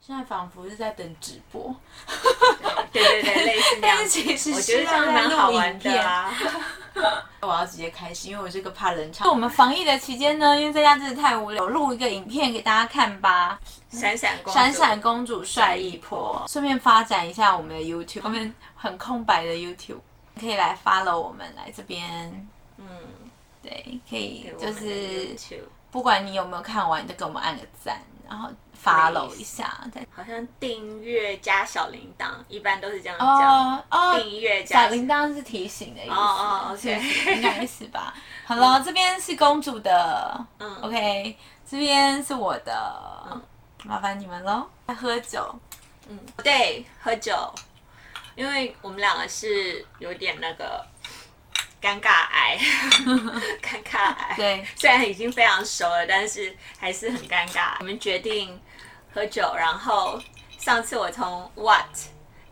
现在仿佛是在等直播，对对对，类似那但是其样。实我是觉得这样在蛮录好玩影的片啊。我要直接开始，因为我是个怕冷场。我们防疫的期间呢，因为在家真的太无聊，录一个影片给大家看吧。闪闪公主，闪闪公主帅一婆，顺便发展一下我们的 YouTube，我们很空白的 YouTube，可以来 follow 我们来这边。嗯，对，可以给我就们的是 YouTube 不管你有没有看完，都给我们按个赞，然后 follow 一下。再好像订阅加小铃铛，一般都是这样讲。哦哦，订阅加小铃铛是提醒的意思，哦 哦是 OK 不是应该是吧？好了，这边是公主的，嗯 o k 这边是我的，嗯麻烦你们喽。在喝酒，嗯，对，喝酒，因为我们两个是有点那个尴尬癌， 尴尬癌。对， 虽然已经非常熟了，但是还是很尴尬。我们决定喝酒，然后上次我从 What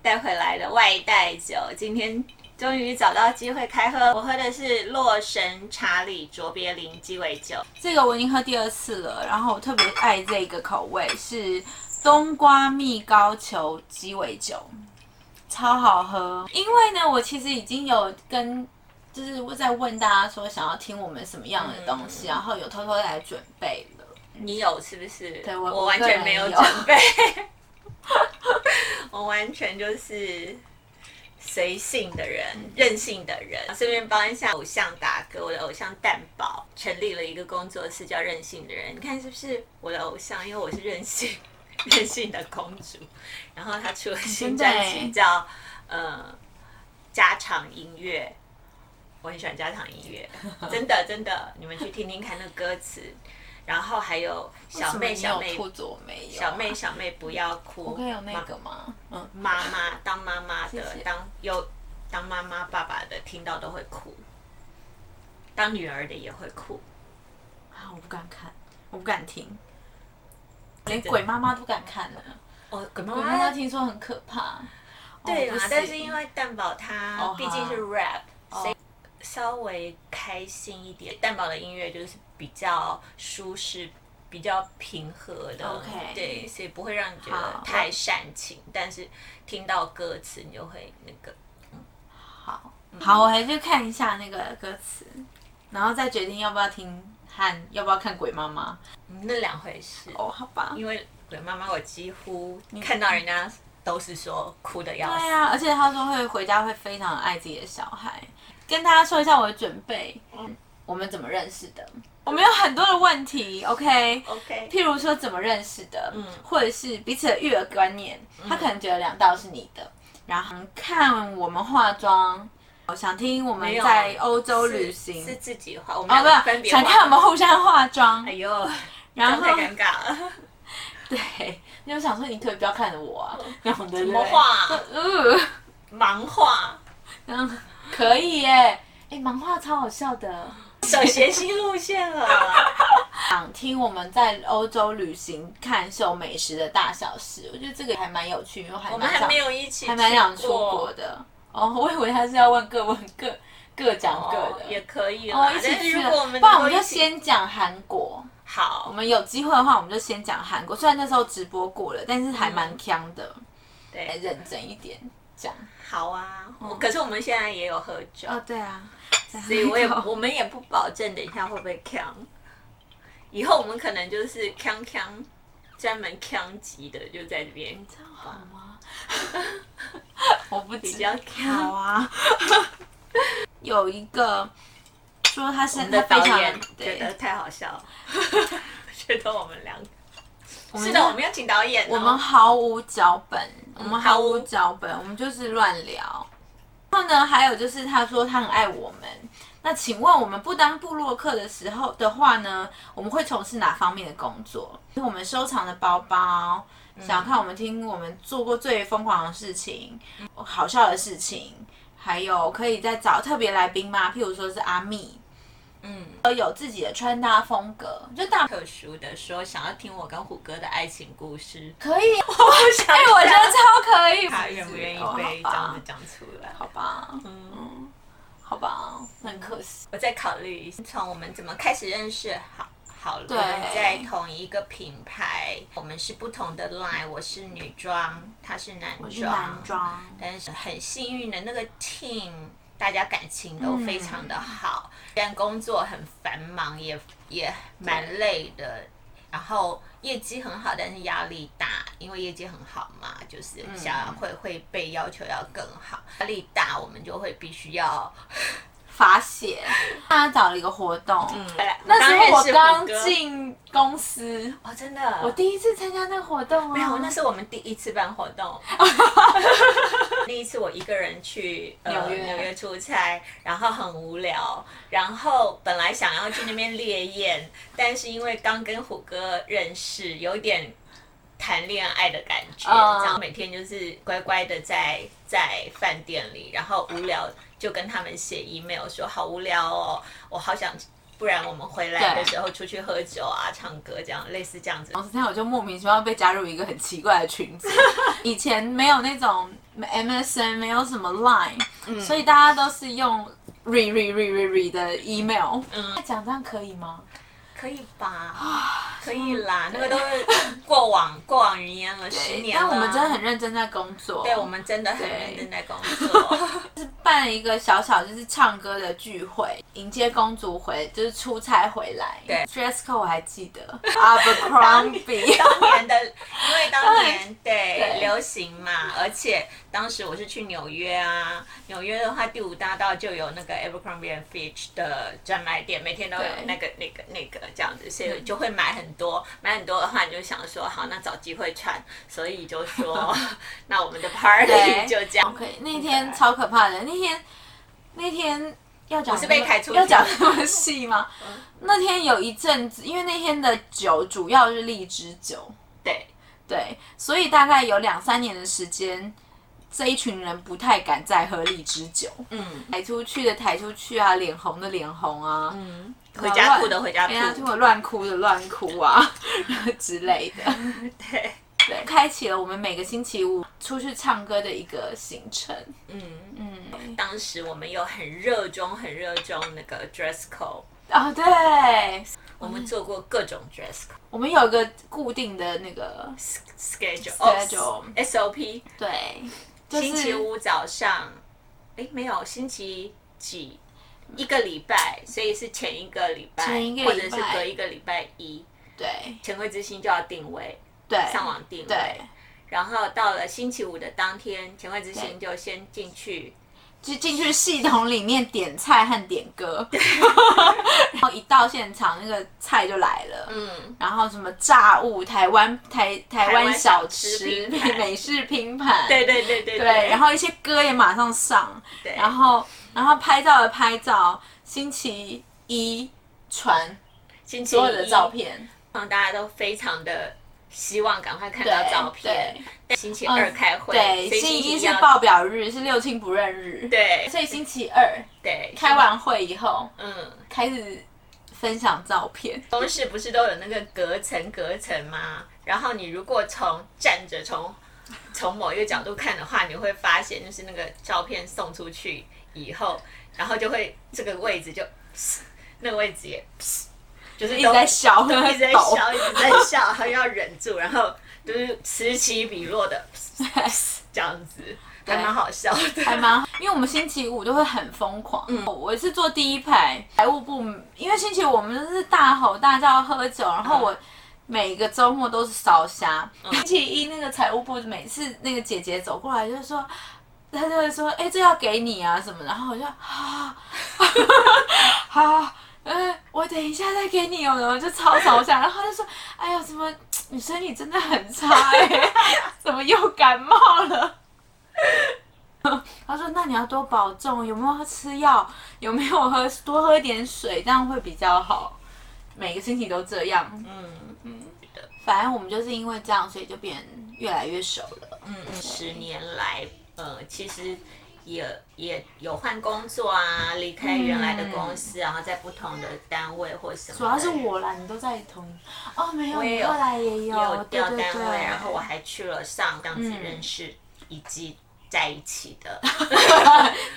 带回来的外带酒，今天终于找到机会开喝。我喝的是洛神查理卓别林鸡尾酒，这个我已经喝第二次了，然后我特别爱这个口味是冬瓜蜜糕球鸡尾酒，超好喝。因为呢，我其实已经有跟就是我在问大家说想要听我们什么样的东西，嗯然后有偷偷来准备了。你有是不是？对我我完全没有我个准人有备， 我完全就是。随性的人，任性的人。顺便帮一下偶像打歌，我的偶像蛋宝成立了一个工作室，叫“任性的人”。你看是不是我的偶像？因为我是任性、 任性的公主。然后他出了新专辑真的耶欸叫呃家常音乐，我很喜欢家常音乐，真的真的，你们去听听看那歌词。然后还有小妹小为什么你有妹兔子我没有啊，小妹小妹不要哭，我可以有那个吗？嗯，妈妈当妈妈的，谢谢当有当妈妈爸爸的，听到都会哭，当女儿的也会哭。啊，我不敢看，我不敢听，连鬼妈妈都不敢看了。哦，鬼妈鬼妈妈听说很可怕，对哦啦不，但是行因为蛋宝他哦毕竟是好哦 rap，、所以稍微开心一点。蛋宝的音乐就是比较舒适。比较平和的 OK 对，所以不会让你觉得好太煽情，但是听到歌词你就会那个好嗯好，我还是看一下那个歌词，然后再决定要不要听和要不要看鬼妈妈。嗯那两回事。哦，好吧。因为鬼妈妈，我几乎看到人家都是说哭的要对啊死。呀、而且他说会回家会非常爱自己的小孩。跟大家说一下我的准备，我们怎么认识的？我们有很多的问题，OK。 OK，譬如说怎么认识的，嗯或者是彼此的育儿观念，他可能觉得两道是你的，然后看我们化妆，我想听我们没有啊在欧洲旅行，是自己画，我们哦两个分对，别想看我们互相化妆哎，呦，然这样 后太尴尬了。对，你就想说你可不可以不要看着我啊，那种的怎嗯么画对呃，盲画，然后可以耶，哎，盲画超好笑的。走谐星路线了。 想听我们在欧洲旅行看秀美食的大小事，我觉得这个还蛮有趣，因为还我们蛮想还没有一起，还蛮想出国。的。哦， 我以为他是要问各问各各讲各哦的，，也可以哦啦。一起但是去如了，果我们不然能我们够就一起，先讲韩国。我好，们有机会的话，我们就先讲韩国。虽然那时候直播过了，但是还蛮强的，来嗯对，认真一点讲。好啊。嗯我可是我们现在也有喝酒，，对啊，所所以我也我们也不保证等一下会不会呛。以后我们可能就是呛呛，专门呛级的就在这边，好吗？我不比知较道。呛。啊。 有一个说他我是们的他非导常演觉得对，太好笑 了， 觉得我们两个我们是的，我们要请导演、哦。我们毫无脚本，我们毫毫无无脚本，我们就是乱聊。然后呢，还有就是他说他很爱我们。那请问我们不当部落客的时候的话呢，我们会从事哪方面的工作？我们收藏的包包，想看我们听我们做过最疯狂的事情、好笑的事情，还有可以再找特别来宾吗？譬如说是阿密，嗯都有自己的穿搭风格，就大特殊的说，想要听我跟虎哥的爱情故事，可以。 我想哎、我觉得超可以。他愿不愿意被 哦好这吧样子讲出来？好吧，嗯，好吧，很可惜。啊我再考虑一下，从我们怎么开始认识好。好了，我对们在同一个品牌，我们是不同的 line，我是女装，他是男我是装男，装，但是很幸运的那个 team，大家感情都嗯非常的好，虽然工作很繁忙，也也蛮累的，然后业绩很好，但是压力大，因为业绩很好嘛，就是想嗯要会会被要求要更好，压力大，我们就会必须要。发泄。大家找了一个活动，那那时候我刚进公司，哦，真的，我第一次参加那个活动啊。没有，那是我们第一次办活动。那一次我一个人去呃纽约纽约出差，然后很无聊，然后本来想要去那边烈焰，但是因为刚跟虎哥认识，有点谈恋爱的感觉，嗯然后每天就是乖乖的在在饭店里，然后无聊就跟他们写 email 说好无聊哦，我好想。不然我们回来的对时候出去喝酒啊、唱歌这样，类似这样子。然后那天我就莫名其妙被加入一个很奇怪的群 组，以前没有那种 MSN，没有什么 Line，、所以大家都是用 re re re re re 的 email。嗯那讲这样可以吗？可以啊吧？可以啦，那个都是过往过往云烟了，十年了。但我们真的很，认真在工作。对我们真的很对认真在工作。办了一个小小就是唱歌的聚会，迎接公主回，就是出差回来。对，dress code 我还记得，Abercrombie。当年的，因为当年对对流行嘛，而且当时我是去纽约啊，纽约的话第五大道就有那个 Abercrombie and Fitch 的专卖店，每天都有对嗯那个那个那个这样子，所以就会买很多，买很多的话你就想说好，那找机会穿，所以就 说那我们的 party 对就这样。 OK，那天超可怕的，那天那天要讲我是被开除要讲那么细吗？那天有一阵子，因为那天的酒主要是荔枝酒，对。对，所以大概有两三年的时间，这一群人不太敢再喝荔枝酒，嗯抬出去的抬出去啊，脸红的脸红啊，嗯，回家吐的回家人家哎就吐，会乱哭的乱哭啊 之类的。 对，对，开启了我们每个星期五出去唱歌的一个行程。嗯，嗯，当时我们有很热衷、很热衷那个 dress code，哦，对，我们做过各种 dress 我们有一个固定的那个， code schedule、嗯 Schedule SOP，对，就是星期五早上，哎，没有，星期几？一个礼拜，所以是前一个礼拜，前一个礼拜或者是隔一个礼拜一，对前会之星就要定位，对上网定位对。，然后到了星期五的当天，前会之星对就先进去就进去系统里面点菜和点 歌，然后一到现场那个菜就来了，嗯，然后什么炸物、台湾台台台湾湾小小吃吃、拼盘美式拼盘，对对对对对，然后一些歌也马上上，对然后然后拍照的拍照，星期一传星期所有的一照，片，让大家都非常的希望赶快看到照片对。嗯但星期二开会，对，所以星期一是要报表日，是六亲不认日，，对，所以星期二对开，完会以后嗯，开始分享照片，公式不是都有那个隔层隔层吗？然后你如果从站着从从某一个角度看的话，你会发现就是那个照片送出去以后，然后就会这个位置就， 那个位置也， 就是一都直在笑， 一直在抖笑，一直在笑，还要忍住，然后就是此起彼落的这样子，还蛮好笑的。 还蛮好，因为我们星期五都会很疯狂。嗯，我是坐第一排，财务部，因为星期五我们就是大吼大叫喝酒，然后我每个周末都是烧虾。星期一那个财务部每次那个姐姐走过来就说。她就会说：“哎、这要给你啊什么的？”然后我就啊， 好，呃，我等一下再给你哦，然后就超烧虾。然后她就说：“哎呀，什么你身体真的很差哎、 怎么又感冒了？”他说：“那你要多保重，有没有吃药？有没有喝多喝点水，这样会比较好。每个星期都这样，嗯嗯反正我们就是因为这样，所以就变越来越熟了。嗯嗯，十年来，呃，其实也也有换工作啊，离开原来的公司，然后在不同的单位或什嗯么的。主要是我啦，你都在同哦，没有，我也你有后来也有，也有对调对单位，对，然后我还去了上这样子认识以及在一起 的。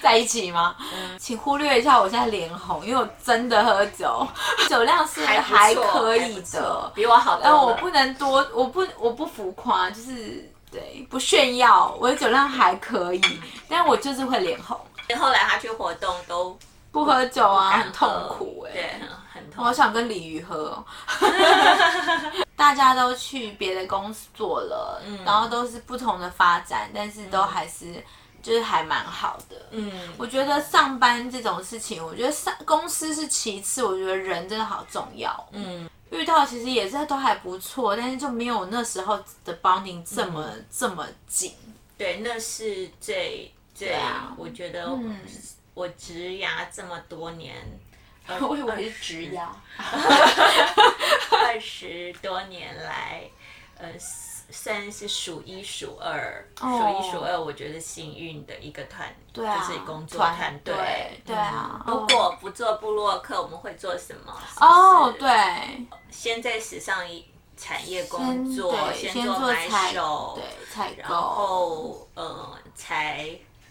在一起吗？请忽略一下我现在脸红，因为我真的喝 酒，酒量是不错还可以不错的。比哦我好多但哎我了。不能多，我不我不浮夸，就是对不炫耀，我的酒量还可以，但我就是会脸红，后来他去活动都不喝酒啊敢很痛喝苦哎、对，很很痛我好想跟鲤鱼喝、 哦。大家都去别的公司做了，嗯然后都是不同的发展，但是都还是、就是还蛮好的。嗯，我觉得上班这种事情，我觉得上公司是其次，我觉得人真的好重要。嗯，遇到其实也是都还不错，但是就没有那时候的 bonding 这么、嗯这么紧。对，那是最最，啊我觉得我职涯这么多年，呃 我以为是直哦压，二十多年来，呃，算是数一数二，数、一数二，我觉得幸运的一个团，对哦啊就是工作团团队队。对啊嗯如果不做布洛克，我们会做什么？哦是不，是对，先在时尚一产业工作，对，先先做买采手，对采然购，后呃，才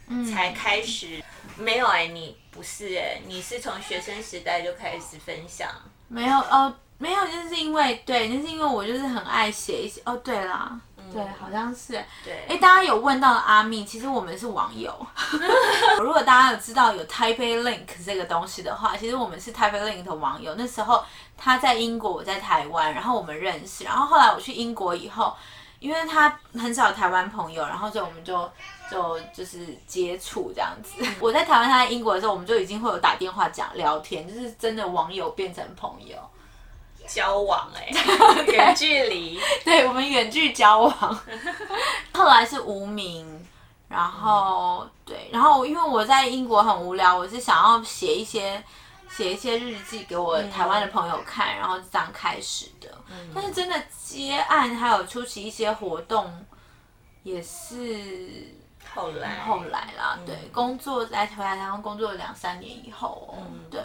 嗯才开始。没有哎、你不是哎、你是从学生时代就开始分享，没有哦，没有，就是因为对，就是因为我就是很爱写一些哦，对啦，嗯对，好像是对，哎，大家有问到阿密，其实我们是网友。 如果大家有知道有 Taipei Link 这个东西的话，其实我们是 Taipei Link 的网友。那时候他在英国，我在台湾，然后我们认识。然后后来我去英国以后，因为他很少有台湾朋友，然后所以我们就就就是接触这样子。 我在台湾，他在英国的时候，我们就已经会有打电话讲聊天，就是真的网友变成朋友。交往 哎、欸，远距离，对，我们远距交往， 后来是无名，然后、对，然后因为我在英国很无聊，我是想要写一些写一些日记给我台湾的朋友看，然后是这样开始的。但是真的接案还有出席一些活动，也是后来后来啦。对，工作来回来台湾工作了两三年以后、哦，对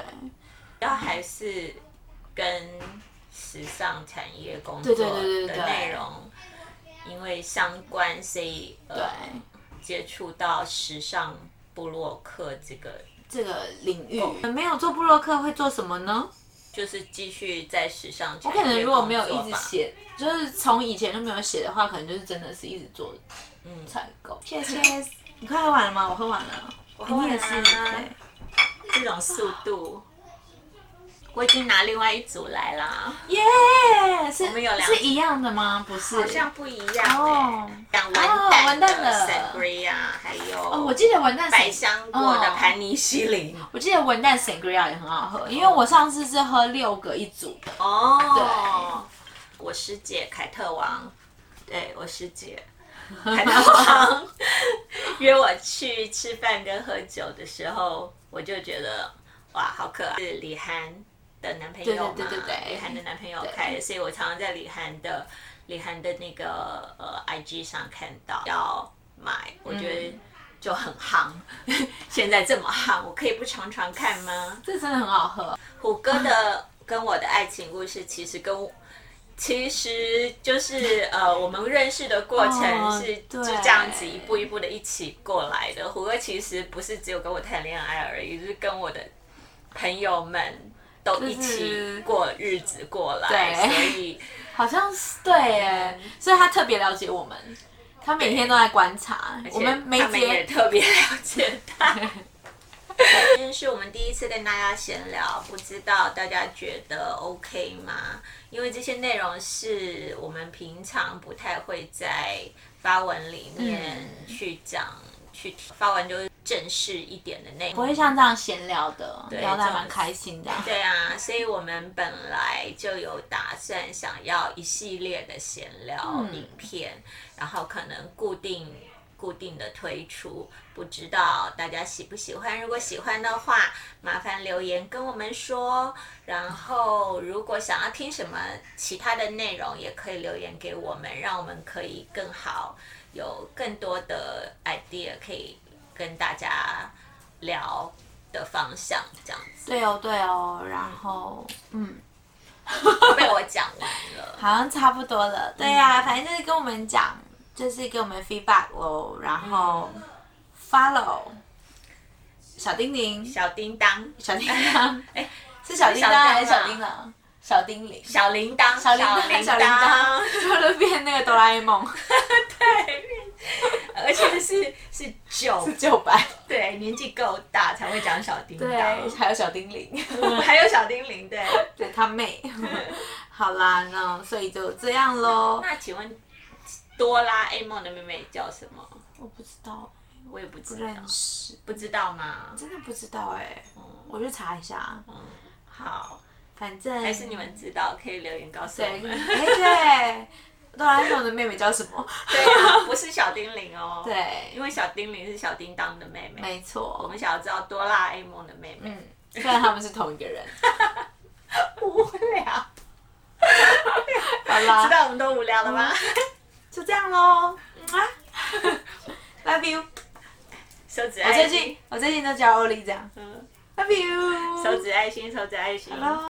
然后还是跟时尚产业工对作对对对的对内容，因为相关，所以对呃，接触到时尚布洛克这个，这个领域、没有做布洛克会做什么呢？就是继续在时尚产我业可能如果没有工一作直吧，写，就是从以前就没有写的话，可能就是真的是一直做嗯，采购。 谢谢。你快喝完了吗？我喝完了。哎我你也是。啊对这种速度。我已经拿另外一组来啦，耶、是我们有两是一样的吗？不是。好像不一样哦哦，像哦文文旦旦的的 sangria，还有哦，我记得文旦百香果的盘尼西林。我记得文旦 sangria 也很好喝，因为我上次是喝六个一组的。哦，我师姐凯特王，对我师姐凯特王约我去吃饭跟喝酒的时候，我就觉得哇，好可爱！是李涵的男朋友嘛？对对对对对李涵的男朋友开的，所以我常常在李涵的李涵的那个呃 IG 上看到要买，我觉嗯得就很夯， 现在这么夯，我可以不常常看吗？这真的很好喝，虎哥的跟我的爱情故事，其实跟我其实就是呃，我们认识的过程哦是就对这样子一步一步的一起过来的。虎哥其实不是只有跟我谈恋爱而已，就是跟我的朋友们都一起过日子过来，对所以好像是对耶，嗯所以他特别了解我们，他每天都在观察我们每他们也节特别了解 他。今天是我们第一次跟大家闲聊，不知道大家觉得 OK 吗？因为这些内容是我们平常不太会在发文里面嗯去讲、去提发文就是正式一点的内容，不会像这样闲聊的，聊得还这样蛮开心的。对啊，所以我们本来就有打算想要一系列的闲聊嗯影片，然后可能固定固定的推出，不知道大家喜不喜欢。如果喜欢的话，麻烦留言跟我们说。然后如果想要听什么其他的内容，也可以留言给我们，让我们可以更好有更多的 idea 可以跟大家聊的方向，这样子。对哦，对哦，然后嗯，被我讲完了。好像差不多了。对呀、反正就是跟我们讲，就是给我们 feedback 喽。然后 follow 小叮铃，小叮当，小叮当，哎，是小叮当还是小小叮叮当？小叮铃，小铃铛，小铃铛，小铃铛，就是变那个哆啦 A 梦，而且是是九是，旧版。对，年纪够大才会讲小叮对，当，还有小叮铃，还有小叮铃，对。对他妹。好啦，那所以就这样喽。那请问哆啦 A 梦的妹妹叫什么？我不知道，我也不知不道，认识，不知道吗？真的不知道哎、我去查一下。好，嗯反正还是你们知道，可以留言告诉我对，们。哎对，哆啦 A 梦的妹妹叫什么？ 对啊，不是小叮铃哦。，对因，为小叮铃是小叮当的妹妹，没我错，们想要知道哆啦 A 梦的妹妹。嗯，虽然他们是同一个人。 无聊，好嗯啦知，道我们都无聊了吗？ 就这样喽。嗯啊 Love you。手指我爱最近心，我最近都教欧丽这样嗯， ，Love you。手指爱心，手指爱心。 Hello。